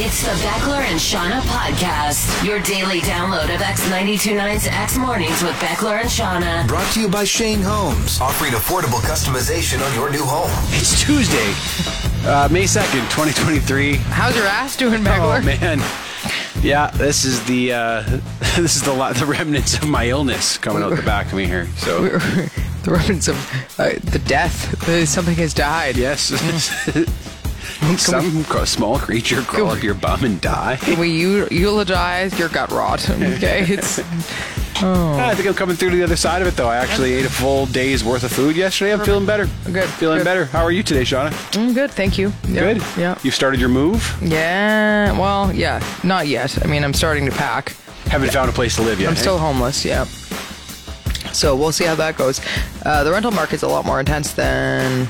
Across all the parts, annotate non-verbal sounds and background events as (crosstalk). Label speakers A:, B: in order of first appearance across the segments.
A: It's the Beckler and Shauna podcast, your daily download of X929's X Mornings with Beckler and Shauna.
B: Brought to you by Shane Holmes, offering affordable customization on your new home.
C: It's Tuesday, uh, May 2nd, 2023.
D: How's your ass doing, Beckler?
C: Oh man. Yeah, this is the uh, (laughs) this is the la- the remnants of my illness coming out the back of me here. So
D: (laughs) the reference of uh, the death. (laughs) Uh, Something has died.
C: yes, (laughs) some cro- small creature crawl up your bum and die. (laughs)
D: We eu- eulogize your gut (laughs) rot. Okay, it's Oh.
C: I think I'm coming through to the other side of it though. I actually ate a full day's worth of food yesterday. I'm feeling better.
D: Good,
C: feeling
D: good.
C: better. How are you today, Shauna?
D: mm, good. Thank you. Yeah,
C: Good.
D: Yeah.
C: You've started your move.
D: Yeah. Well, yeah. Not yet. I mean, I'm starting to pack.
C: Haven't found a place to live yet.
D: I'm
C: eh?
D: still homeless. Yeah. So we'll see how that goes. Uh, the rental market's a lot more intense than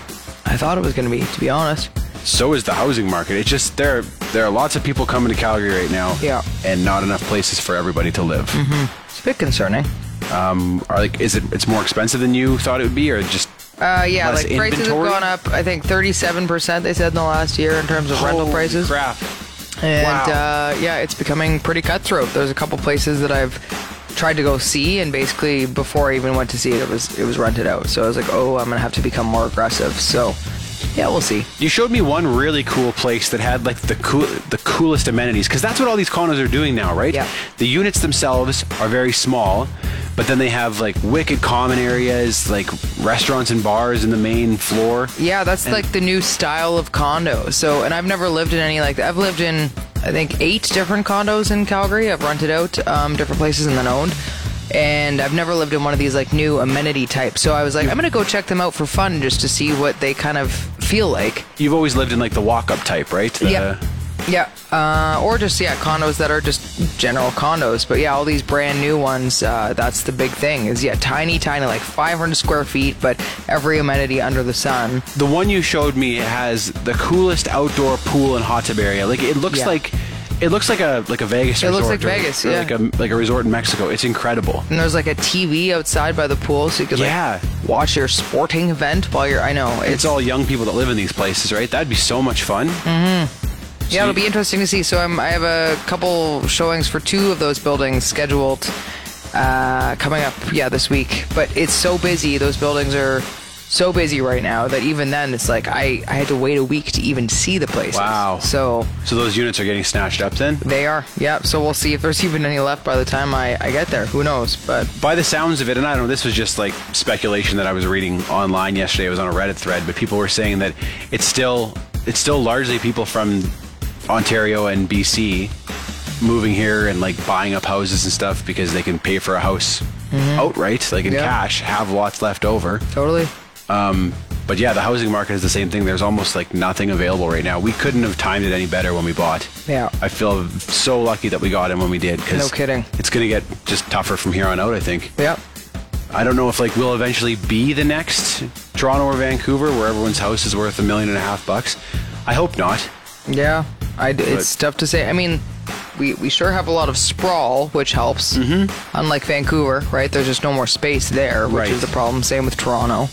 D: I thought it was going to be. To be honest.
C: so is the housing market. It's just there there are lots of people coming to Calgary right now.
D: Yeah. Mm-hmm.
C: And not enough places for everybody to live.
D: It's a bit concerning.
C: Are like is it it's more expensive than you thought it would be or just
D: Uh, yeah,
C: Less
D: like prices have
C: inventory?
D: gone up. I think 37% they said in the last year in terms of rental
C: Holy
D: prices.
C: Crap.
D: And
C: Wow.
D: uh, yeah, it's becoming pretty cutthroat. There's a couple places that I've tried to go see, and basically before I even went to see it, it was it was rented out. So I was like, oh, I'm gonna have to become more aggressive. So yeah, we'll see.
C: You showed me one really cool place that had like the cool the coolest amenities because that's what all these condos are doing now, right?
D: Yeah.
C: The units themselves are very small, but then they have like wicked common areas, like restaurants and bars in the main floor.
D: Yeah, that's like the new style of condo. So, and I've never lived in any like that. I've lived in, I think, eight different condos in Calgary. I've rented out um, different places and then owned. And I've never lived in one of these like new amenity types. So I was like, I'm going to go check them out for fun just to see what they kind of feel like.
C: You've always lived in like the walk up type, right? The-
D: Yeah. Yeah. Uh, or just, yeah, condos that are just general condos. But yeah, all these brand new ones, uh, that's the big thing is, yeah, tiny, tiny, like 500 square feet, but every amenity under the sun.
C: The one you showed me has the coolest outdoor pool and hot tub area. Like it looks
D: Yeah.
C: like it looks like a like a Vegas.
D: It looks
C: resort
D: like
C: or-
D: Vegas,
C: or
D: yeah.
C: Like a like a resort in Mexico. It's incredible.
D: And there's like a TV outside by the pool, so you could like
C: Yeah.
D: watch your sporting event while you're. I know it's,
C: It's all young people that live in these places, right? That'd be so much fun.
D: Mm-hmm. yeah. It'll be interesting to see. So I'm I have a couple showings for two of those buildings scheduled uh, coming up. Yeah, this week. But it's so busy. Those buildings are so busy right now that even then it's like I I had to wait a week to even see the places.
C: Wow.
D: So
C: So those units are getting snatched up then.
D: they are. Yeah. So we'll see if there's even any left by the time I I get there. Who knows? But
C: By the sounds of it, and I don't know, this was just like speculation that I was reading online yesterday. It was on a Reddit thread, but people were saying that it's still it's still largely people from Ontario and BC moving here and like buying up houses and stuff because they can pay for a house outright, like in
D: Mm-hmm. Yeah.
C: cash, have lots left over.
D: totally.
C: But yeah, the housing market is the same thing. There's almost like nothing available right now. We couldn't have timed it any better when we bought.
D: Yeah.
C: I feel so lucky that we got in when we did. 'cause
D: No kidding.
C: It's going to get just tougher from here on out, I think.
D: Yep.
C: I don't know if like we'll eventually be the next Toronto or Vancouver where everyone's house is worth a million and a half bucks. I hope not.
D: Yeah, I d it's tough to say. I mean, we, we sure have a lot of sprawl, which helps. Mm-hmm. Unlike Vancouver, right? There's just no more space there, which
C: Right.
D: is the problem. Same with Toronto.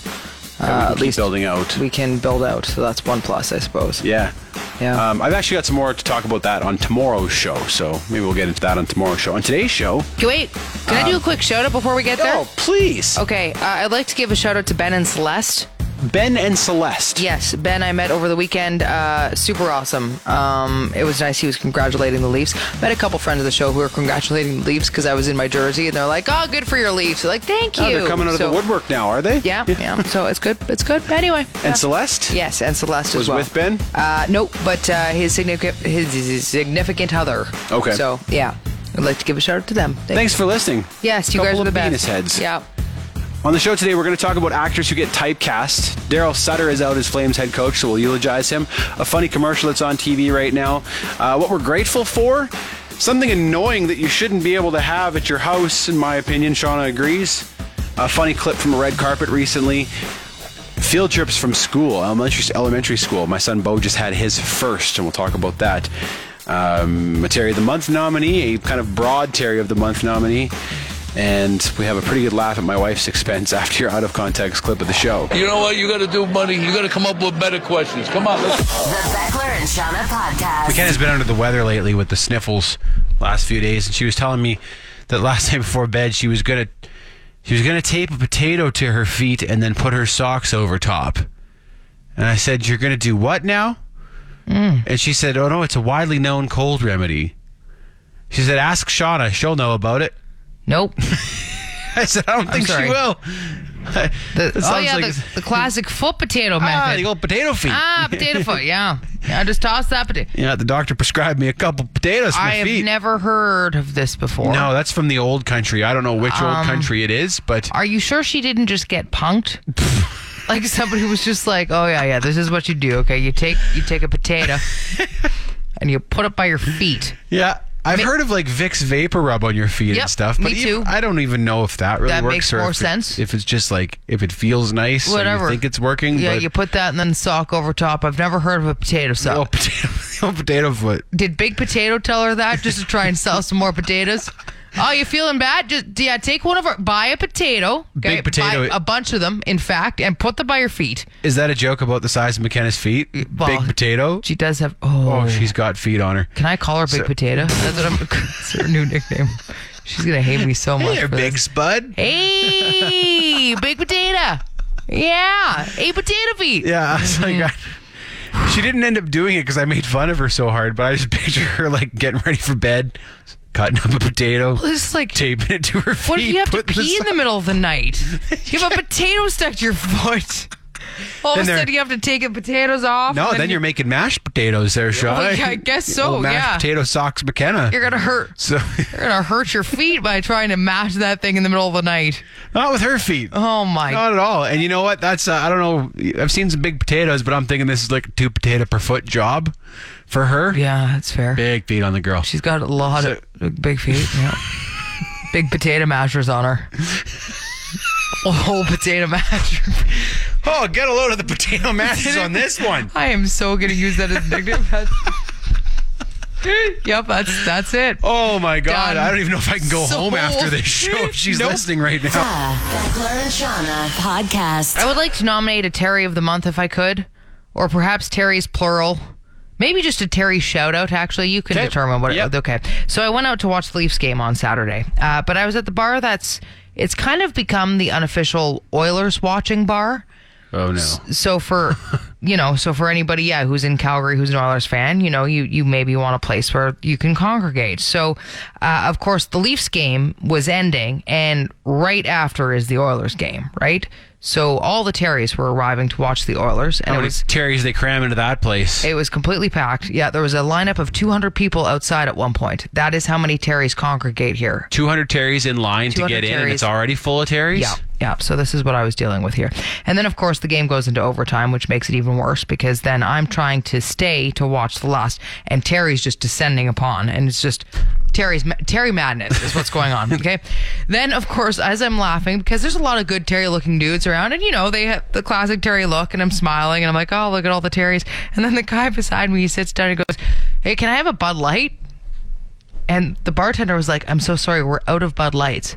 E: Uh,
C: And we can
D: at
C: keep
D: least
C: building out.
D: We can build out, so that's one plus, I suppose.
C: yeah.
D: Yeah.
C: Um, I've actually got some more to talk about that on tomorrow's show, so maybe we'll get into that on tomorrow's show. On today's show,
E: Can wait, can
C: um,
E: I do a quick shout out before we get there?
C: oh please,
E: Okay, uh, I'd like to give a shout out to Ben and Celeste.
C: Ben and Celeste.
E: Yes, Ben I met over the weekend. Uh, super awesome. Um, it was nice. He was congratulating the Leafs. Met a couple friends of the show who were congratulating the Leafs because I was in my jersey, and they're like, "Oh, good for your Leafs." Like, thank you.
C: Oh, they're coming out
E: So-
C: of the woodwork now, are they?
E: Yeah, yeah. So it's good. It's good. But anyway. yeah.
C: And Celeste
E: Yes, and Celeste
C: was
E: as well.
C: with Ben.
E: Uh, nope, but uh, his significant his, his significant other.
C: Okay.
E: So yeah, I'd like to give a shout out to them. Thank
C: Thanks for listening.
E: Yes, you
C: Couple
E: guys are
C: of
E: the best.
C: penis heads.
E: Yeah.
C: On the show today, we're going to talk about actors who get typecast. Daryl Sutter is out as Flames head coach, so we'll eulogize him. A funny commercial that's on TV right now. Uh, what we're grateful for? Something annoying that you shouldn't be able to have at your house, in my opinion. Shauna agrees. A funny clip from a red carpet recently field trips from school, elementary elementary school. My son Bo just had his first, and we'll talk about that. Um, a Terry of the Month nominee, a kind of broad Terry of the Month nominee. And we have a pretty good laugh at my wife's expense (laughs) after your out of context clip of the show.
F: You know what? You got to do, buddy. You got to come up with better questions. Come on. Let's-
A: The Beckler and Shauna podcast.
C: McKenna's been under the weather lately with the sniffles last few days, and she was telling me that last (laughs) night before bed she was gonna she was gonna tape a potato to her feet and then put her socks over top. And I said, "You're gonna do what now?"
D: Mm.
C: And she said, "Oh no, it's a widely known cold remedy." She said, "Ask Shauna; she'll know about it." (laughs)
D: Nope.
C: I said, "I don't think
D: sorry.
C: she will."
D: The,
C: That
D: oh
C: sounds
D: yeah,
C: like
D: the,
C: it's-
D: the classic foot potato
C: (laughs) Ah, the
D: method.
C: old potato feet.
D: Ah, potato foot. Yeah, yeah. Just toss
C: (laughs)
D: that potato.
C: Yeah, the doctor prescribed me a couple potatoes for
D: I
C: my
D: have
C: feet.
D: never heard of this before.
C: no, that's from the old country. I don't know which
D: Um,
C: old country it is, but
D: Are you sure she didn't just
C: (laughs)
D: get punked? like somebody was just like, "Oh yeah, yeah, this is what you do. Okay, you take you take
C: (laughs)
D: a potato and you put it by your feet.
C: Yeah. I've heard of like Vicks vapor rub on your feet
D: Yep,
C: and stuff, but
D: me
C: even-
D: too.
C: I don't even know if that really
D: That
C: works
D: makes
C: or
D: more
C: if it-
D: sense.
C: if it's just like if it feels nice, Or
D: Whatever.
C: you think it's working.
D: Yeah,
C: but
D: you put that and then sock over top. I've never heard of a potato
C: (laughs)
D: sock.
C: oh, potato, oh, potato foot.
D: Did Big Potato tell her that just to try and sell some more potatoes? Oh, you feeling bad? Just yeah, take one of our buy a potato.
C: Big potato-
D: buy a bunch of them, in fact, and put them by your feet.
C: Is that a joke about the size of McKenna's feet?
D: Well,
C: Big potato.
D: She does have. Oh,
C: oh, she's got feet on her.
D: can I call her Big Potato? That's what I'm. (laughs) That's
C: (laughs)
D: her new nickname. She's gonna hate me so much.
C: There,
D: for
C: big
D: this.
C: spud.
D: Hey, Big Potato. Yeah, eight potato feet.
C: Yeah, (laughs) I was like, I- she didn't end up doing it because I made fun of her so hard, but I just (laughs) picture her like getting ready for bed, cutting up a potato,
D: It's like
C: taping it to her feet.
D: What if you have to
C: putting the
D: pee in the middle of the night?
C: (laughs)
D: You have a potato stuck to your foot. All of
C: Then
D: a
C: they're-
D: sudden, you have to take the potatoes off.
C: No,
D: and
C: then, you're making mashed potatoes there, Sean.
D: yeah, I guess so,
C: Old mashed
D: yeah.
C: potato socks, McKenna.
D: you're gonna hurt.
C: so (laughs)
D: You're gonna hurt your feet by trying to mash that thing in the middle of the night.
C: not with her feet.
D: Oh my!
C: Not at all. And you know what? That's uh, I don't know. I've seen some big potatoes, but I'm thinking this is like a two potato per foot job for her.
D: Yeah, that's fair.
C: Big feet on the girl.
D: She's got a lot of big feet. Yeah. big potato mashers on her. A whole potato masher.
C: (laughs) oh, get a load of the potato masses on
D: (laughs)
C: this one.
D: I am so gonna use that as
C: (laughs)
D: a negative. That's- yep, that's that's it.
C: Oh my God!
D: Done.
C: I don't even know if I can go
D: Sold.
C: home after this show. If she's
D: Nope. Ah.
C: listening right now.
A: Beckler and Shauna podcast.
D: I would like to nominate a Terry of the month if I could, or perhaps Terry's plural. Maybe just a Terry shout out, actually. You can
C: Okay.
D: determine what
C: Yep.
D: okay. So I went out to watch the Leafs game on Saturday, uh, but I was at the bar that's, it's kind of become the unofficial Oilers watching bar.
C: Oh no!
D: So for, you know, so for anybody, yeah, who's in Calgary, who's an Oilers fan, you know, you, you maybe want a place where you can congregate. So, uh, of course, the Leafs game was ending, and right after is the Oilers game, right? So all the Terrys were arriving to watch the Oilers, and
C: How
D: it
C: many
D: was
C: Terry's they cram into that place?
D: it was completely packed. Yeah, there was a lineup of 200 people outside at one point. That is how many Terrys congregate here.
C: Two hundred Terry's in line to
D: 200
C: get in, and
D: Terrys.
C: it's already full of Terry's.
D: Yeah, yeah. So this is what I was dealing with here. And then, of course, the game goes into overtime, which makes it even worse because then I'm trying to stay to watch the last, and Terry's just descending upon, and it's just Terry's Terry madness is what's going on. Okay. then, of course, as I'm laughing because there's a lot of good Terry-looking dudes around, and you know they have the classic Terry look, and I'm smiling, and I'm like, oh, look at all the Terrys. And then the guy beside me he sits down and goes, hey, can I have a Bud Light? And the bartender was like, I'm so sorry, we're out of Bud Lights.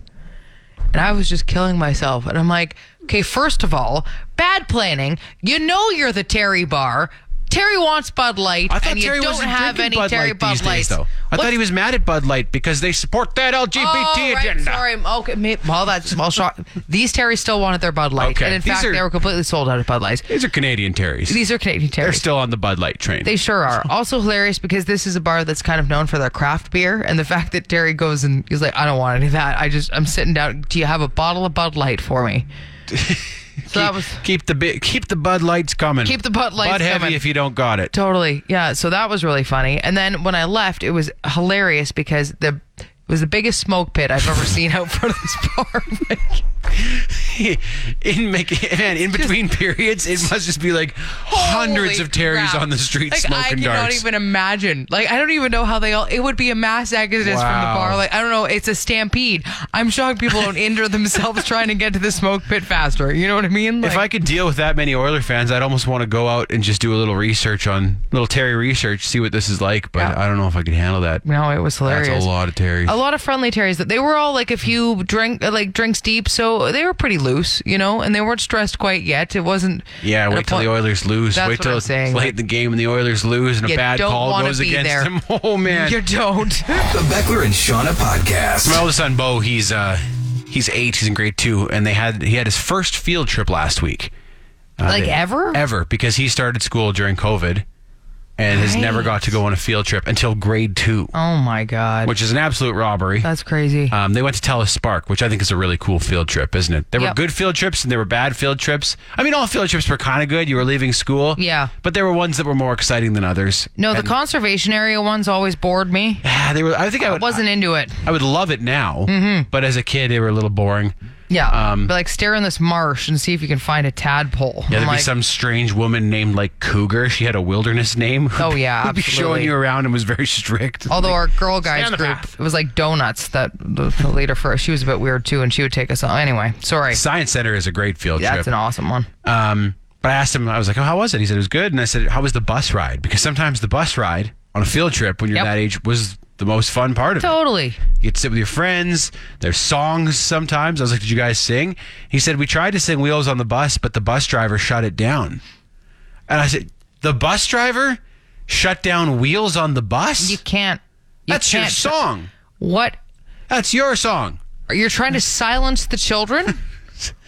D: And I was just killing myself. And I'm like, okay, first of all, bad planning. You know you're the Terry bar. Terry wants Bud Light,
C: I thought
D: and you
C: Terry
D: don't
C: wasn't
D: have any
C: drinking Bud
D: Terry
C: Light
D: Bud
C: these
D: Lights.
C: days, though. I
D: What-
C: thought he was mad at Bud Light because they support that LGBT
D: Oh, right,
C: agenda.
D: Sorry, I'm- okay. ma- Well, that's well, shot. These Terrys still wanted their Bud Light,
C: Okay,
D: and in
C: these
D: fact,
C: are-
D: they were completely sold out of Bud Lights.
C: These are Canadian Terry's.
D: These are Canadian Terrys.
C: They're still on the Bud Light train.
D: They sure are. Also hilarious because this is a bar that's kind of known for their craft beer, and the fact that Terry goes and he's like, "I don't want any of that. I just I'm sitting down. Do you have a bottle of Bud Light for me?" so that was
C: keep the bi- keep the Bud Lights coming.
D: Keep the Bud Lights
C: Bud heavy
D: coming.
C: if you don't got it. (laughs)
D: totally yeah. So that was really funny. And then when I left, it was hilarious because the It was the biggest smoke pit I've ever seen out (laughs) front of this bar. Like,
C: in make, man, in between periods, it must just be like hundreds
D: holy
C: of Terry's
D: crap.
C: on the street
D: like, I
C: smoking
D: cannot
C: darts.
D: even imagine. Like I don't even know how they all. It would be a mass exodus from
C: Wow.
D: the bar. Like I don't know. It's a stampede. I'm shocked people don't
C: (laughs)
D: injure themselves trying to get to the smoke pit faster. You know what I mean? Like,
C: if I could deal with that many Oiler fans, I'd almost want to go out and just do a little research on little Terry research, see what this is like. But
D: Yeah.
C: I don't know if I could handle that.
D: no, it was hilarious.
C: That's a lot of Terry.
D: a lot of friendly terries that they were all like a few drink like drinks deep so they were pretty loose you know and they weren't stressed quite yet it wasn't
C: Yeah,
D: an
C: wait till the
D: appoint-
C: Oilers lose.
D: That's
C: wait
D: what
C: till
D: I'm
C: it's
D: saying.
C: late in the game and the Oilers lose and a
D: You
C: bad
D: don't
C: call
D: wanna
C: goes
D: be
C: against
D: there.
C: them. (laughs) Oh man.
D: (laughs)
C: (laughs)
D: you don't
B: The Beckler and Shauna podcast.
C: My oldest son Bo, he's uh he's eight, he's in grade two, and they had he had his first field trip last week. Uh,
D: (laughs) Like ever?
C: Ever, because he started school during COVID and has never got to go on a field trip until grade two.
D: oh my god
C: Which is an absolute robbery.
D: that's crazy
C: Um, they went to Telus Spark, which I think is a really cool field trip, isn't it? There
D: Yep.
C: were good field trips and there were bad field trips. I mean, all field trips were kind of good. You were leaving school.
D: Yeah.
C: But there were ones that were more exciting than others.
D: no the
C: And-
D: conservation area ones always bored me
C: Ah, they were, I think I would,
D: wasn't Mm-hmm. into it
C: I would love it now, but as a kid, they were a little boring.
D: yeah
C: Um,
D: but like stare in this marsh and see if you can find a tadpole
C: Yeah,
D: I'm
C: there'd
D: like,
C: be some strange woman named like Cougar. She had a wilderness name. (laughs)
D: Oh, yeah,
C: who'd be showing
D: absolutely.
C: you around and was very strict.
D: Although our girl
C: stay
D: guys
C: on the
D: group,
C: path.
D: it was like donuts that the, the leader for. She was a bit weird too, and she would take us on. Anyway, sorry.
C: Science Center is a great field
D: That's
C: trip.
D: an awesome one.
C: Um, but I asked him, I was like, oh, how was it? He said, it was good. And I said, how was the bus ride? Because sometimes the bus ride on a field trip when you're
D: Yep.
C: that age was the most fun part of it.
D: Totally.
C: You get to sit with your friends. There's songs sometimes. I was like, did you guys sing? He said, we tried to sing Wheels on the Bus, but the bus driver shut it down. And I said, the bus driver shut down Wheels on the Bus?
D: You can't. You
C: That's
D: can't
C: your song.
D: What?
C: That's your song.
D: You're trying to silence
C: (laughs)
D: the children?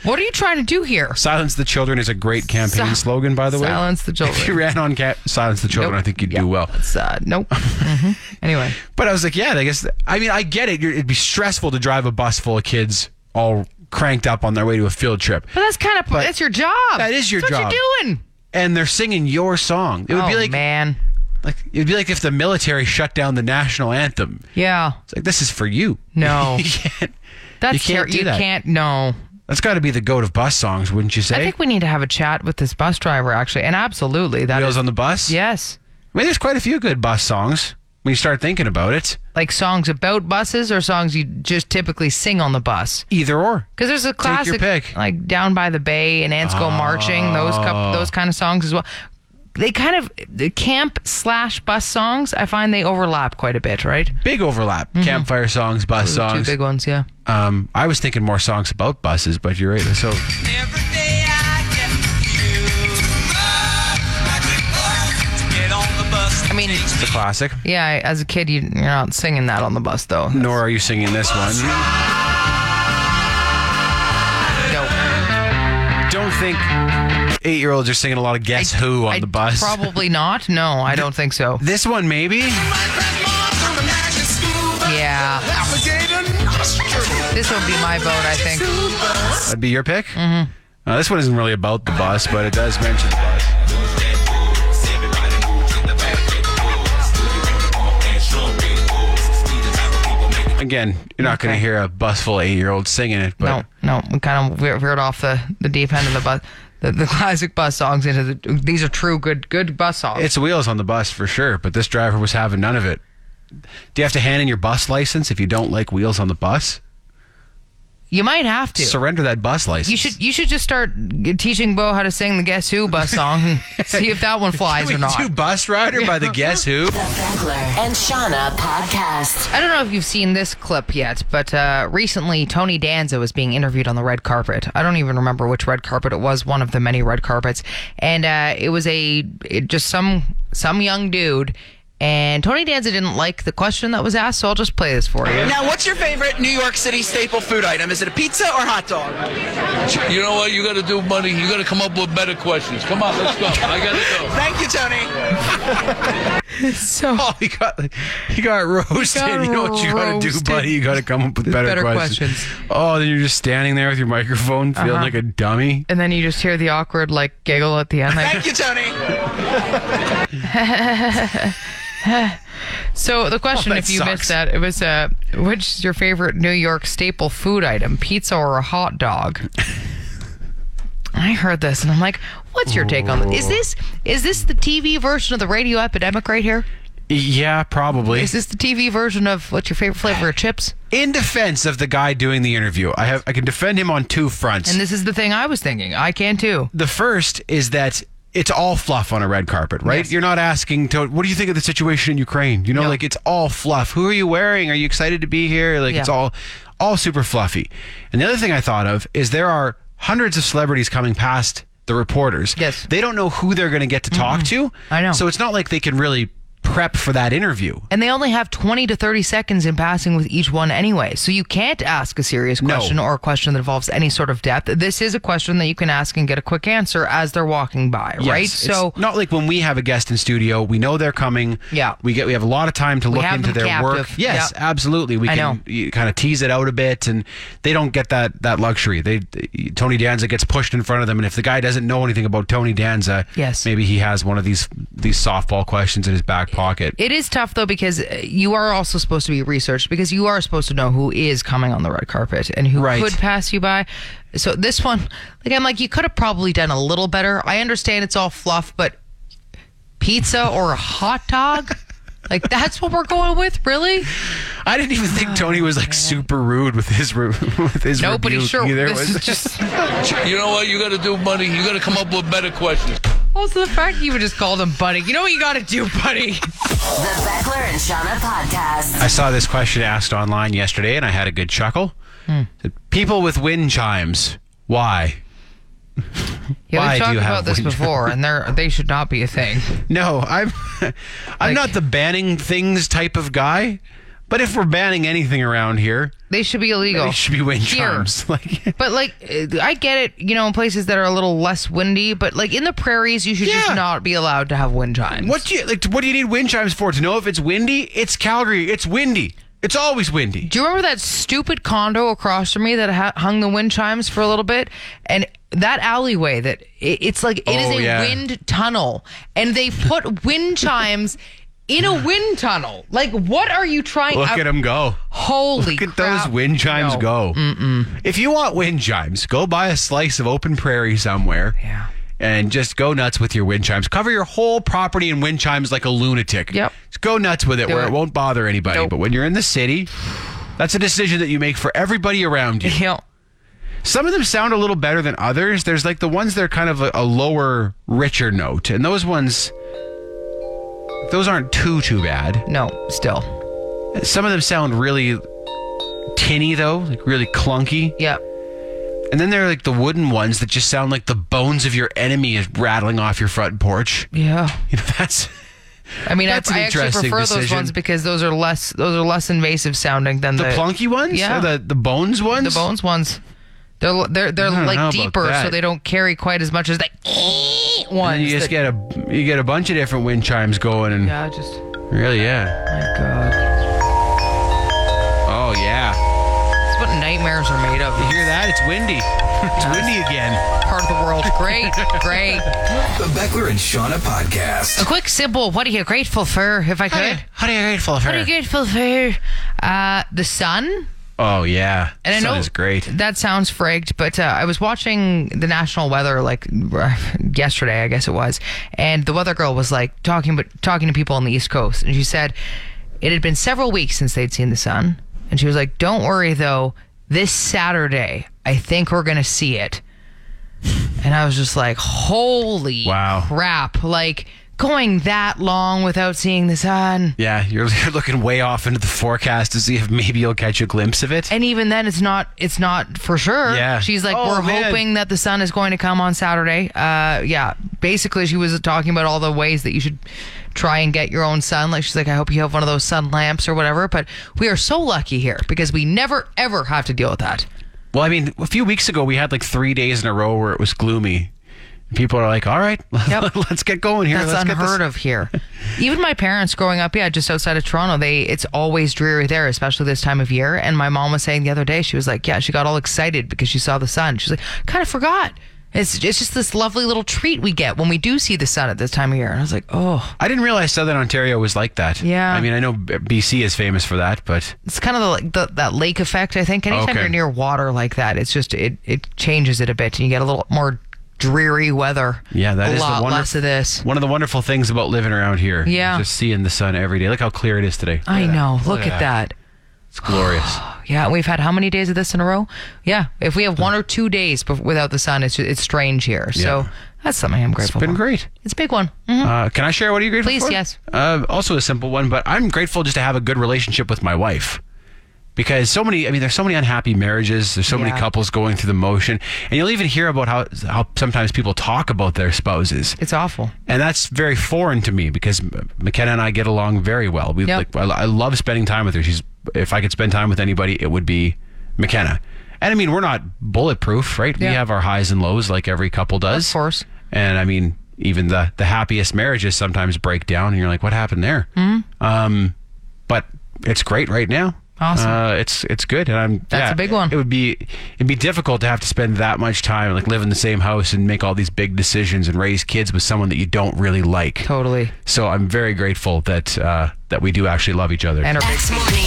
D: what are you trying to do here?
C: Silence the Children is a great campaign
D: Si-
C: slogan, by the way.
D: Silence the
C: If you
D: children.
C: ran on ca- Silence the Children,
D: Nope.
C: I think you'd
D: Yeah.
C: do well.
D: It's, uh, nope. Mhm. Anyway,
C: But I was like, yeah, I guess. I mean, I get it. You're, it'd be stressful to drive a bus full of kids all cranked up on their way to a field trip,
D: but that's kind of that's your job.
C: That is your
D: That's
C: job.
D: What you doing?
C: and they're singing your song. It would be
D: Oh,
C: like,
D: man.
C: like it'd be like if the military shut down the national anthem.
D: Yeah.
C: It's like this is for you.
D: No.
C: (laughs) you can't.
D: That's
C: you can't
D: ter-
C: do
D: you
C: that.
D: can't. No.
C: That's got to be the goat of bus songs, wouldn't you say?
D: I think we need to have a chat with this bus driver actually, and absolutely that
C: Wheels
D: is
C: on the bus.
D: yes.
C: I mean, there's quite a few good bus songs when you start thinking about it.
D: Like songs about buses or songs you just typically sing on the bus.
C: Either or.
D: Because there's a classic,
C: pick. Oh.
D: like "Down by the Bay" and "Ants Go Marching," those cup, those kind of songs as well. They kind of the camp slash bus songs. I find they overlap quite a bit, right?
C: Big overlap. Campfire songs, bus
D: Two
C: songs.
D: Mm-hmm. big ones, yeah.
C: Um, I was thinking more songs about buses, but you're right. So.
G: Every day I get you. Get on the bus.
D: I mean,
C: It's a classic.
D: yeah. I- As a kid, you, you're not singing that on the bus, though.
C: Nor are you singing this one. (laughs)
D: No,
C: Don't think eight-year-olds are singing a lot of Guess Who on
D: I-
C: the bus.
D: Probably not. No, I don't think so.
C: (laughs) This one, maybe.
D: Yeah, this would be my vote. I think.
C: That'd be your pick. Mm-hmm. Uh, this one isn't really about the bus, but it does mention the bus. Again, you're not going to
D: Okay.
C: hear a bus full of eight-year-olds singing it, but
D: No, no, we kind of veered off the, the deep end of the bus, the, (laughs) the classic bus songs into the. These are true good good bus songs.
C: it's wheels on the bus for sure. But this driver was having none of it. Do you have to hand in your bus license if you don't like wheels on the bus?
D: you might have to.
C: Surrender that bus license.
D: you should you should just start g- teaching Bo how to sing the Guess Who bus song
C: (laughs)
D: and see if that one flies
C: We
D: or not.
C: do bus rider by the Guess Who.
D: (laughs)
A: The Beckler and Shauna podcast.
D: I don't know if you've seen this clip yet, but uh, recently Tony Danza was being interviewed on the red carpet. I don't even remember which red carpet it was, one of the many red carpets, and uh, it was a it, just some some young dude. And Tony Danza didn't like the question that was asked, so I'll just play this for you.
H: Now, what's your favorite New York City staple food item? Is it a pizza or hot dog?
F: You know what? You got to do money. You got to come up with better questions. Come on, let's go. I got to go.
H: Thank you, Tony.
D: So
C: Oh, he got he got roasted.
D: He got
C: you know what you got to do,
D: roasted.
C: buddy? You got to come up with better,
D: better
C: questions.
D: questions.
C: Oh, then you're just standing there with your microphone, feeling
D: Uh-huh.
C: like a dummy.
D: and then you just hear the awkward like giggle at the end. Like,
H: Thank you, Tony.
D: (laughs) So the question,
C: Oh, that
D: if you
C: sucks.
D: missed that, it was uh, which is your favorite New York staple food item, pizza or a hot dog? (laughs) I heard this and I'm like, what's your take on this? Is this is this the TV version of the radio epidemic right here?
C: Yeah, probably.
D: Is this the TV version of what's your favorite flavor of chips?
C: In defense of the guy doing the interview, I have I can defend him on two fronts.
D: And this is the thing I was thinking. I can too.
C: the first is that it's all fluff on a red carpet, right? You're not asking to what do you think of the situation in Ukraine? You know, like it's all fluff. Who are you wearing? Are you excited to be here? Like it's
D: Yeah.
C: all all super fluffy. And the other thing I thought of is there are hundreds of celebrities coming past the reporters.
D: Yes.
C: They don't know who they're going to get to talk to.
D: I know.
C: So it's not like they can really prep for that interview.
D: And they only have 20 to 30 seconds in passing with each one anyway. So you can't ask a serious question or a question that involves any sort of depth. This is a question that you can ask and get a quick answer as they're walking by,
C: Yes,
D: right?
C: it's
D: So
C: not like when we have a guest in studio, we know they're coming.
D: Yeah.
C: we get we have a lot of time to look
D: have
C: into
D: them
C: their work.
D: captive.
C: Yes,
D: Yeah.
C: absolutely. We
D: I
C: can kind of tease it out a bit, and they don't get that that luxury. They Tony Danza gets pushed in front of them, and if the guy doesn't know anything about Tony Danza,
D: Yes.
C: maybe he has one of these these softball questions in his back pocket.
D: it is tough though because uh, you are also supposed to be researched because you are supposed to know who is coming on the red carpet and who
C: Right.
D: could pass you by. So this one, like I'm like you could have probably done a little better. I understand it's all fluff, but pizza or a hot
C: (laughs)
D: dog? like that's what we're going with, really?
C: I didn't even
D: Oh,
C: think Tony was like super rude with his re- (laughs) with his
D: Nobody
C: rebuke
D: sure.
C: either.
D: This
C: was (laughs)
D: is just
F: You know what? You got to do money. You got to come up with better questions.
D: Also, the fact that you would just call them buddy. You know what you got to do, buddy?
A: The Beckler and Shauna podcast.
C: I saw this question asked online yesterday and I had a good chuckle. Said, People with wind chimes, why?
D: Yeah,
C: Why
D: we've
C: do
D: talked
C: you have
D: about this
C: wind-
D: before, and they're they should not be a thing.
C: No, I'm (laughs) I'm not the banning things type of guy, but if we're banning anything around here,
D: They should be illegal.
C: it should be wind
D: Here.
C: chimes. (laughs) Like
D: But like, uh, I get it. You know, in places that are a little less windy, but like in the prairies, you should
C: Yeah.
D: just not be allowed to have wind chimes.
C: what do you like what do you need wind chimes for? To know if it's windy? It's Calgary. It's windy. It's always windy.
D: Do you remember that stupid condo across from me that ha- hung the wind chimes for a little bit? And that alleyway that it, it's like it is
C: Oh,
D: a
C: yeah.
D: wind tunnel, and they
C: (laughs)
D: put wind chimes in a wind tunnel. Like, what are you trying?
C: Look
D: I-
C: at them go.
D: Holy
C: Look at
D: crap.
C: those wind chimes
D: No.
C: go. If you want wind chimes, go buy a slice of open prairie somewhere.
D: Yeah.
C: And just go nuts with your wind chimes. Cover your whole property in wind chimes like a lunatic.
D: Yep.
C: Just go nuts with it
D: Do
C: where it.
D: it.
C: won't bother anybody.
D: Nope.
C: But when you're in the city, that's a decision that you make for everybody around you.
D: Yeah.
C: Some of them sound a little better than others. There's like the ones that are kind of a, a lower, richer note. And those ones, those aren't too, too bad.
D: No, still.
C: Some of them sound really tinny, though, like really clunky.
D: Yep.
C: And then there are like the wooden ones that just sound like the bones of your enemy is rattling off your front porch. (laughs)
D: Yeah.
C: You know, that's
D: I mean, I,
C: That's an
D: I actually
C: interesting
D: prefer those
C: decision.
D: ones because those are less those are less invasive sounding than
C: the
D: the
C: plunky ones.
D: Yeah.
C: Or the the bones ones.
D: the bones ones. They're they're they're
C: I don't know
D: like
C: about
D: deeper, so
C: that.
D: they don't carry quite as much as the
C: And
D: ones.
C: then you just
D: that-
C: get a you get a bunch of different wind chimes going, and
D: (laughs) yeah, just
C: really, yeah.
D: my god,
C: Oh yeah.
D: that's what nightmares are made of.
C: You hear that? It's windy. It's windy again.
D: Part of the world,
C: (laughs)
D: great, great.
B: The Beckler and Shauna
D: A
B: podcast.
D: quick simple. What are you grateful for? If I could,
C: How do you grateful for?
D: what are you grateful for? Uh, the sun.
C: Oh yeah.
D: And I
C: Sun
D: know
C: is great.
D: That sounds frigged, but uh, I was watching the national weather like (laughs) yesterday, I guess it was, and the weather girl was like talking, but talking to people on the East Coast, and she said it had been several weeks since they'd seen the sun, and she was like, "Don't worry though, this Saturday, I think we're gonna see it." And I was just like, "Holy
C: Wow.
D: crap!" Like going that long without seeing the sun.
C: Yeah, you're, (laughs) you're looking way off into the forecast to see if maybe you'll catch a glimpse of it.
D: and even then it's not it's not for sure
C: Yeah.
D: she's like
C: Oh,
D: we're
C: man.
D: hoping that the sun is going to come on saturday uh yeah basically she was talking about all the ways that you should try and get your own sun like she's like i hope you have one of those sun lamps or whatever but we are so lucky here because we never ever have to deal with that
C: Well, I mean, a few weeks ago we had like three days in a row where it was gloomy. And People are like, "All right, (laughs)
D: Yep.
C: let's get going here."
D: that's
C: let's get this-
D: unheard of
C: (laughs)
D: here even my parents growing up yeah just outside of toronto they it's always dreary there especially this time of year and my mom was saying the other day she was like yeah she got all excited because she saw the sun she's like kind of forgot It's it's just this lovely little treat we get when we do see the sun at this time of year. And I was like, oh,
C: I didn't realize Southern Ontario was like that.
D: Yeah.
C: I mean, I know B- BC is famous for that, but
D: it's kind of the, like the, that lake effect. I think anytime
C: Okay.
D: you're near water like that, it's just it it changes it a bit, and you get a little more dreary weather.
C: yeah, that
D: a
C: is
D: lot
C: the wonder-
D: less of this.
C: One of the wonderful things about living around here. is
D: Yeah.
C: Just seeing the sun every day. Look how clear it is today.
D: I know. Look,
C: at
D: at that.
C: It's
D: (sighs)
C: glorious.
D: Yeah, we've had how many days of this in a row? Yeah, if we have one or two days bef- without the sun, it's it's strange here. So
C: Yeah.
D: that's something I'm grateful.
C: It's been
D: for.
C: great.
D: It's a big one. Mhm.
C: Uh, can I share what are you grateful
D: Please,
C: for?
D: yes.
C: Uh, also a simple one, but I'm grateful just to have a good relationship with my wife. Because so many, I mean, there's so many unhappy marriages. There's so
D: Yeah.
C: many couples going through the motion, and you'll even hear about how how sometimes people talk about their spouses,
D: It's awful.
C: and that's very foreign to me because McKenna and I get along very well. We
D: Yep.
C: like, I, I love spending time with her. She's if I could spend time with anybody, it would be McKenna. And I mean, we're not bulletproof, right?
D: Yeah.
C: We have our highs and lows, like every couple does.
D: Of course.
C: And I mean, even the the happiest marriages sometimes break down, and you're like, "What happened there?"
D: Mm-hmm.
C: Um, but it's great right now.
D: Awesome.
C: Uh, it's it's good, and I'm
D: That's
C: yeah,
D: a big one.
C: It would be it'd be difficult to have to spend that much time, like live in the same house and make all these big decisions and raise kids with someone that you don't really like.
D: Totally.
C: So I'm very grateful that uh, that we do actually love each other.
D: And her-
A: X Morning.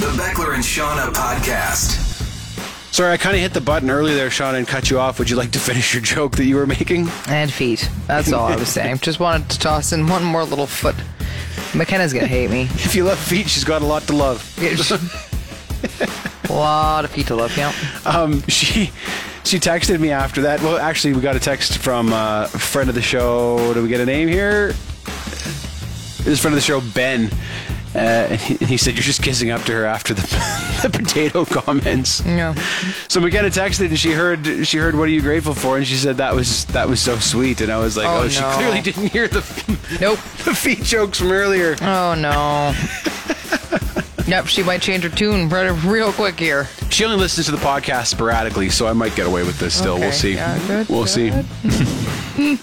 B: The Beckler and Shauna podcast.
C: Sorry, I kind of hit the button earlier there, Sean, and cut you off. Would you like to finish your (laughs) joke that you were making?
I: (laughs) And feet. That's all I was saying. Just wanted to toss in one more little foot. McKenna's gonna hate me. (laughs)
C: If you love feet, she's got a lot to love.
I: a lot of feet to love. Yeah.
C: um, (laughs) she she texted me after that. Well, actually, we got a text from uh, a friend of the show. Do we get a name here? This friend of the show, Ben. Uh, and he, he said, You're just kissing up to her after the, (laughs) the potato comments.
I: Yeah.
C: So McKenna texted and she heard she heard what are you grateful for and she said that was that was so sweet and I was like oh,
I: Oh,
C: she
I: no.
C: clearly didn't hear the (laughs)
I: Nope.
C: the feet jokes from earlier
I: Oh no. Yep, she might change her tune right real quick here.
C: she only listens to the podcast sporadically so I might get away with this still
I: Okay,
C: we'll see
I: yeah, good,
C: we'll see
I: good.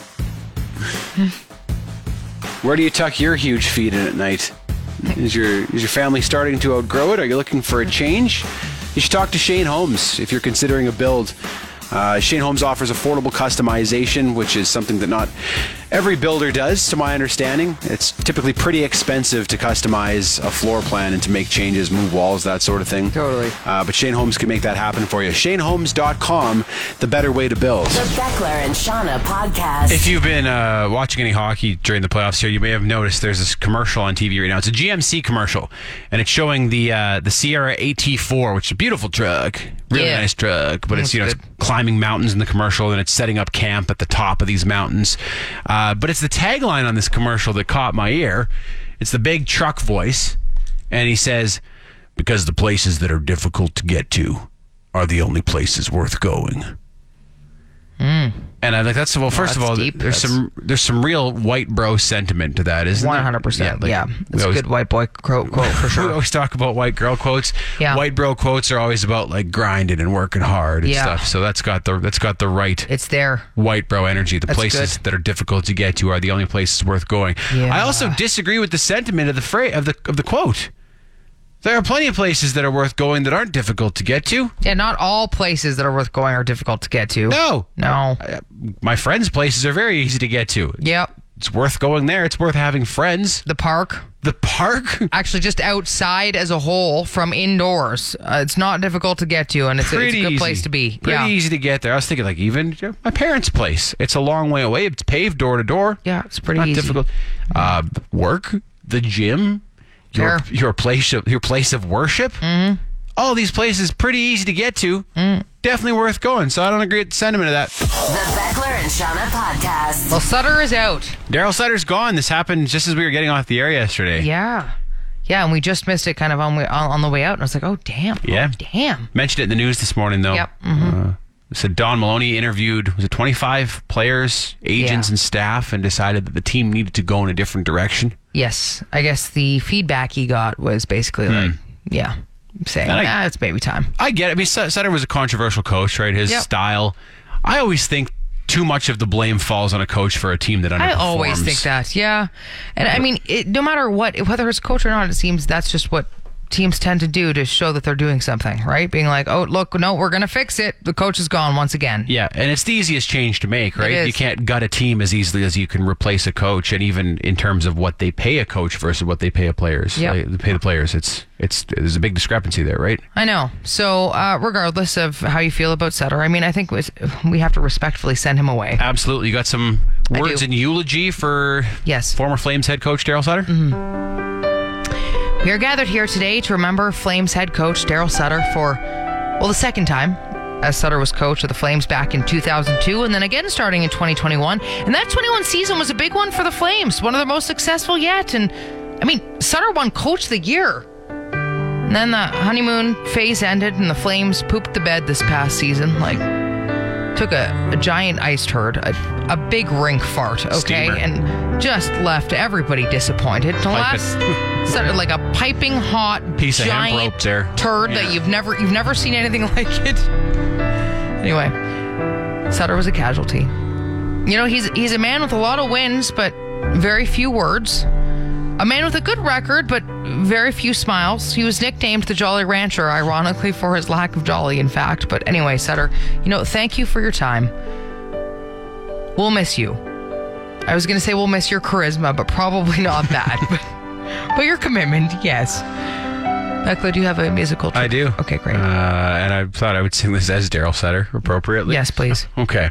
C: Where do you tuck your huge feet in at night? Is your is your family starting to outgrow it? Are you looking for a change? You should talk to Shane Holmes if you're considering a build. Uh, Shane Holmes offers affordable customization, which is something that not every builder does, to my understanding. It's typically pretty expensive to customize a floor plan and to make changes, move walls, that sort of thing.
I: Totally.
C: Uh, but Shane Holmes can make that happen for you. ShaneHolmes.com, the better way to build.
A: The Beckler and Shauna podcast.
C: If you've been uh, watching any hockey during the playoffs here, you may have noticed there's this commercial on TV right now. It's a GMC commercial, and it's showing the uh, the Sierra AT4, which is a beautiful truck, really
D: Yeah.
C: nice truck. But it's you know it's climbing mountains in the commercial, and it's setting up camp at the top of these mountains. Uh, but it's the tagline on this commercial that caught my ear. It's the big truck voice, and he says, "Because the places that are difficult to get to are the only places worth going." And I'm like, that's well. First
D: Hmm. that's
C: of all,
D: deep.
C: there's
D: That's-
C: some there's some real white bro sentiment to that, isn't there?
D: One hundred percent.
C: like,
D: Yeah,
C: we
D: it's a
C: always-
D: good white boy quote, quote for
C: We
D: sure.
C: always talk about white girl quotes.
D: Yeah.
C: White bro quotes are always about like grinding and working hard and
D: Yeah.
C: stuff. So that's got the that's got the right
D: (laughs) It's there.
C: white bro energy. The
D: That's
C: places
D: good.
C: that are difficult to get to are the only places worth going.
D: Yeah.
C: I also disagree with the sentiment of the fra- of the of the quote. There are plenty of places that are worth going that aren't difficult to get to.
D: Yeah, not all places that are worth going are difficult to get to.
C: No. Uh,
D: No.
C: My friends' places are very easy to get to.
D: Yep.
C: It's worth going there. It's worth having friends.
D: The park.
C: The park? (laughs)
D: Actually, just outside as a whole from indoors. Uh, it's not difficult to get to, and it's, a, it's a good place
C: easy.
D: to be.
C: Pretty
D: yeah.
C: easy to get there. I was thinking like even you know, my parents' place. It's a long way away. It's paved door to door.
D: Yeah, it's pretty
C: Not
D: easy.
C: difficult. Uh, work, the gym, your
D: Sure.
C: your place of your place of worship. Mm-hmm. All these places pretty easy to get to.
D: Mm.
C: Definitely worth going. So I don't agree with the sentiment of that.
A: the Beckler and Shauna podcast.
D: Well, Sutter is out.
C: Daryl Sutter's gone. This happened just as we were getting off the air yesterday.
D: Yeah. Yeah, and we just missed it kind of on, way, on, on the way out, and I was like, oh, damn.
C: Yeah.
D: Oh, damn.
C: Mentioned it in the news this morning, though.
D: Yep. Mm-hmm.
C: Uh, so Don Maloney interviewed was it 25 players, agents,
D: Yeah.
C: and staff, and decided that the team needed to go in a different direction.
D: Yes. I guess the feedback he got was
C: Hmm.
D: basically like, yeah, saying,
C: And I-
D: ah, it's baby time.
C: I get it. I mean, Sut- Sutter was a controversial coach, right? His
D: Yep.
C: style. I always think too much of the blame falls on a coach for a team that underperforms.
D: I always think that, yeah. And I mean, it, no matter what, whether it's coach or not, it seems that's just what teams tend to do to show that they're doing something, right? Being like, oh, look, no, we're going to fix it. The coach is gone once again.
C: Yeah, and it's the easiest change to make, right?
D: is.
C: You can't gut a team as easily as you can replace a coach, and even in terms of what they pay a coach versus what they pay a players,
D: Yep.
C: like, they pay the players, it's it's there's a big discrepancy there, right?
D: I know. So, uh, regardless of how you feel about Sutter, I mean, I think it's- we have to respectfully send him away.
C: Absolutely, you got some
D: I
C: words
D: do.
C: in eulogy for
D: Yes. Mm-hmm.
C: former Flames head coach Daryl Sutter.
D: We are gathered here today to remember Flames head coach Daryl Sutter for, well, the second time, as Sutter was coach of the Flames back in 2002 and then again starting in 2021. And that 21 season was a big one for the Flames, one of the most successful yet. And I mean, Sutter won coach of the year. And then the honeymoon phase ended and the Flames pooped the bed this past season. Like, took a, a giant ice turd, a, a big rink fart, okay?
C: Steamer.
D: And just left everybody disappointed. The last, sort of like a piping hot
C: Piece of hemp
D: giant
C: rope there.
D: turd that you've never you've never seen anything (laughs) like it. Anyway, Sutter was a casualty. You know, he's he's a man with a lot of wins, but very few words. A man with a good record, but very few smiles. He was nicknamed the Jolly Rancher, ironically, for his lack of jolly, in fact. But anyway, Sutter, you know, thank you for your time. We'll miss you. I was going to say we'll miss your charisma, but probably (laughs) not that. but, but your commitment, yes. Beckler, do you have a musical?
C: I
D: tr-
C: do.
D: Okay, great.
C: Uh, and I thought I would sing this as Daryl Sutter appropriately.
D: yes, please.
C: Okay.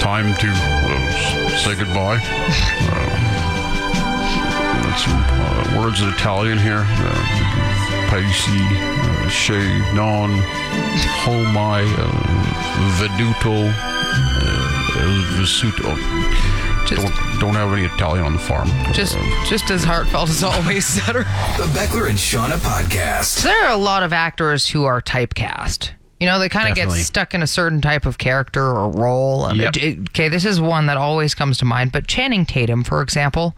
J: time to uh, say goodbye. Uh, got some uh, words in Italian here. Uh, Paesi, uh, che non homai uh, veduto uh, il vissuto.
D: Just-
J: Don't, don't have any Italian on the farm.
D: Just, just as heartfelt as always, Sutter.
B: The Beckler and Shauna Podcast.
D: So there are a lot of actors who are typecast. You know, they kind of get
C: Definitely.
D: stuck in a certain type of character or role. I mean,
C: Yep.
D: it- okay, this is one that always comes to mind. But Channing Tatum, for example,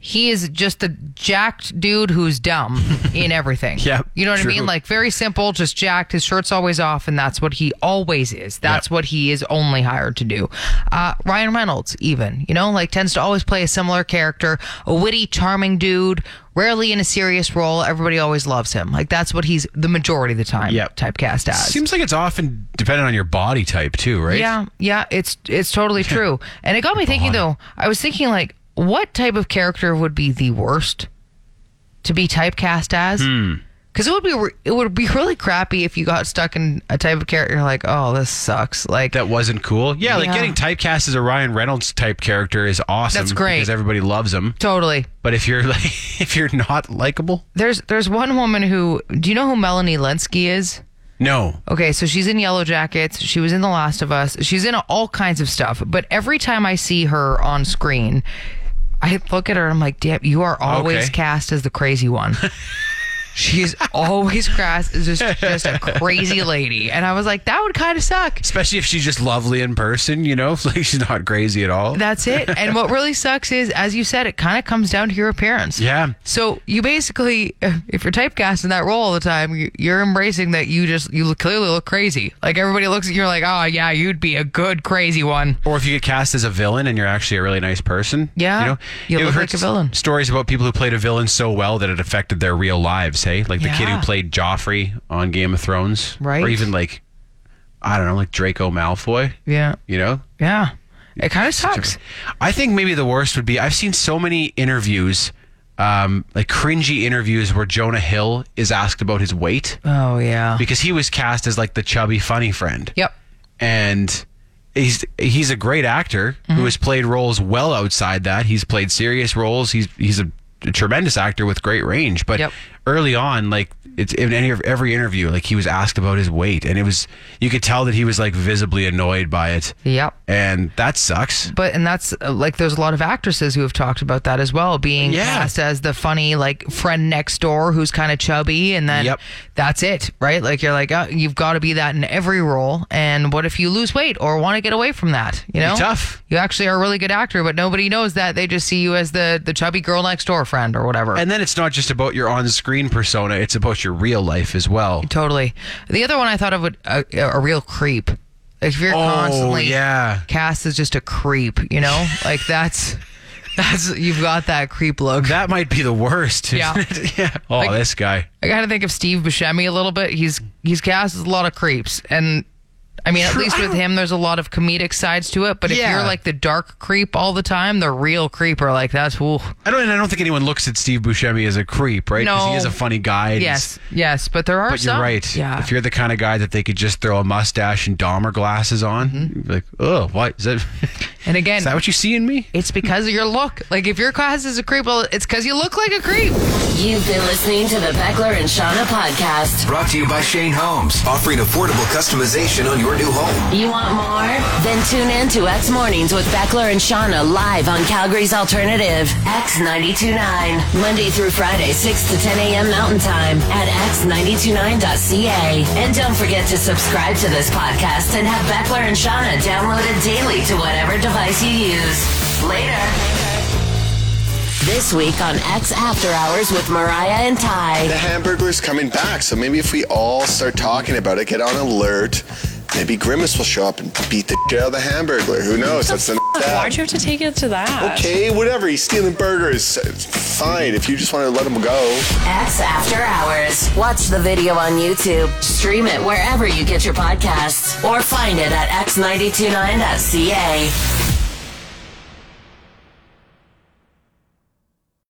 D: he is just the jacked dude who's
C: (laughs)
D: dumb in everything.
C: Yep,
D: You know what
C: true.
D: I mean? Like very simple, just jacked. His shirt's always off, and that's what he always is. That's
C: Yep.
D: what he is only hired to do. Uh, Ryan Reynolds, even, you know, like tends to always play a similar character, a witty, charming dude, rarely in a serious role. Everybody always loves him. Like that's what he's the majority of the time
C: Yep.
D: typecast as.
C: Seems like it's often dependent on your body type too, right?
D: Yeah, yeah, it's
C: (laughs)
D: it's totally true. And it got me thinking though. I was thinking like, what type of character would be the worst to be typecast as?
C: Hmm.
D: Because it would be re- it would be really crappy if you got stuck in a type of character you're like, oh, this sucks. Like
C: That wasn't cool. Yeah, like
D: Yeah.
C: getting typecast as a Ryan Reynolds type character is awesome.
D: That's great.
C: because everybody loves him.
D: totally.
C: But if you're (laughs) like, if you're not likable,
D: There's there's one woman who do you know who Melanie Linsky is?
C: no.
D: Okay, so she's in Yellow Jackets. She was in The Last of Us. She's in all kinds of stuff. But every time I see her on screen, I look at her and I'm like, damn, you are always
C: Okay.
D: cast as the
C: (laughs)
D: crazy one. she's always cast as just, just a crazy lady. And I was like, that would kind of suck.
C: Especially if she's just lovely in person, you know, (laughs) like she's not crazy at all.
D: That's it. And what really sucks is, as you said, it kind of comes down to your appearance.
C: Yeah.
D: So you basically, if you're typecast in that role all the time, you- you're embracing that you just you look, clearly look crazy. Like everybody looks at you like, oh yeah, you'd be a good crazy one.
C: or if you get cast as a villain and you're actually a really nice person.
D: Yeah,
C: You know,
D: you
C: You've
D: look
C: heard
D: like a
C: s-
D: villain.
C: Stories about people who played a villain so well that it affected their real lives, hey? Like the kid
D: Yeah.
C: who played Joffrey on Game of Thrones.
D: Right.
C: Or even like, I don't know, like Draco Malfoy,
D: Yeah,
C: you know?
D: yeah. It kind of sucks.
C: I think maybe the worst would be I've seen so many interviews, um, like cringy interviews where Jonah Hill is asked about his weight
D: Oh yeah.
C: because he was cast as like the chubby funny friend.
D: Yep.
C: And he's he's a great actor
D: Mm-hmm.
C: who has played roles well outside that. He's played serious roles. He's he's a, tremendous actor with great range. But
D: Yep.
C: early on, like it's in any every interview, like he was asked about his weight, and it was you could tell that he was like visibly annoyed by it.
D: Yep.
C: And that sucks.
D: But and that's uh, like there's a lot of actresses who have talked about that as well, being
C: Yeah.
D: cast as the funny like friend next door who's kind of chubby, and then
C: Yep.
D: that's it, right? Like you're like oh, you've got to be that in every role. And what if you lose weight or want to get away from that? You know,
C: tough.
D: You actually are a really good actor, but nobody knows that. They just see you as the the chubby girl next door friend or whatever.
C: And then it's not just about your on-screen persona; it's about your real life as well.
D: Totally. The other one I thought of would a, a uh, real creep If you're
C: Oh,
D: constantly,
C: yeah.
D: Cass is just a creep.
C: (laughs)
D: You know, like that's that's you've got that creep look.
C: That might be the worst.
D: Yeah.
C: (laughs) yeah. Oh,
D: Like-
C: this guy.
D: I gotta think of Steve Buscemi a little bit. He's he's cast as a lot of creeps, and I mean, at
C: True,
D: least
C: I
D: with him, there's a lot of comedic sides to it. But if
C: Yeah.
D: you're like the dark creep all the time, the real creeper, like that's ooh.
C: I don't. and I don't think anyone looks at Steve Buscemi as a creep, right? 'Cause
D: No.
C: he is a funny guy. and he's-
D: Yes, yes, but there are
C: But
D: some.
C: you're right.
D: Yeah,
C: If you're the kind of guy that they could just throw a mustache and Dahmer glasses on, you'd be like, oh, what is that?
D: Mm-hmm.
C: (laughs)
D: and again,
C: Is that what you see in me?
D: It's because of your look. Like if your class is a creep, well, it's because you look like a creep.
A: You've been listening to the Beckler and Shauna podcast.
B: Brought to you by Shane Holmes, offering affordable customization on your new home.
A: You want more? Then tune in to X Mornings with Beckler and Shauna live on Calgary's Alternative, X929, Monday through Friday, 6 to 10 a.m. Mountain Time at x929.ca. And don't forget to subscribe to this podcast and have Beckler and Shauna downloaded daily to whatever device you use. Later. This week on X After Hours with Mariah and Ty.
K: The hamburger's coming back, so maybe if we all start talking about it, get on alert, maybe Grimace will show up and beat the shit out of the hamburger. Who knows? That's the next
H: Why'd
K: step.
H: you have to take it to that?
K: Okay, whatever. He's stealing burgers. It's Fine. If you just want to let him go.
A: X After Hours. Watch the video on YouTube. Stream it wherever you get your podcasts or find it at x929.ca.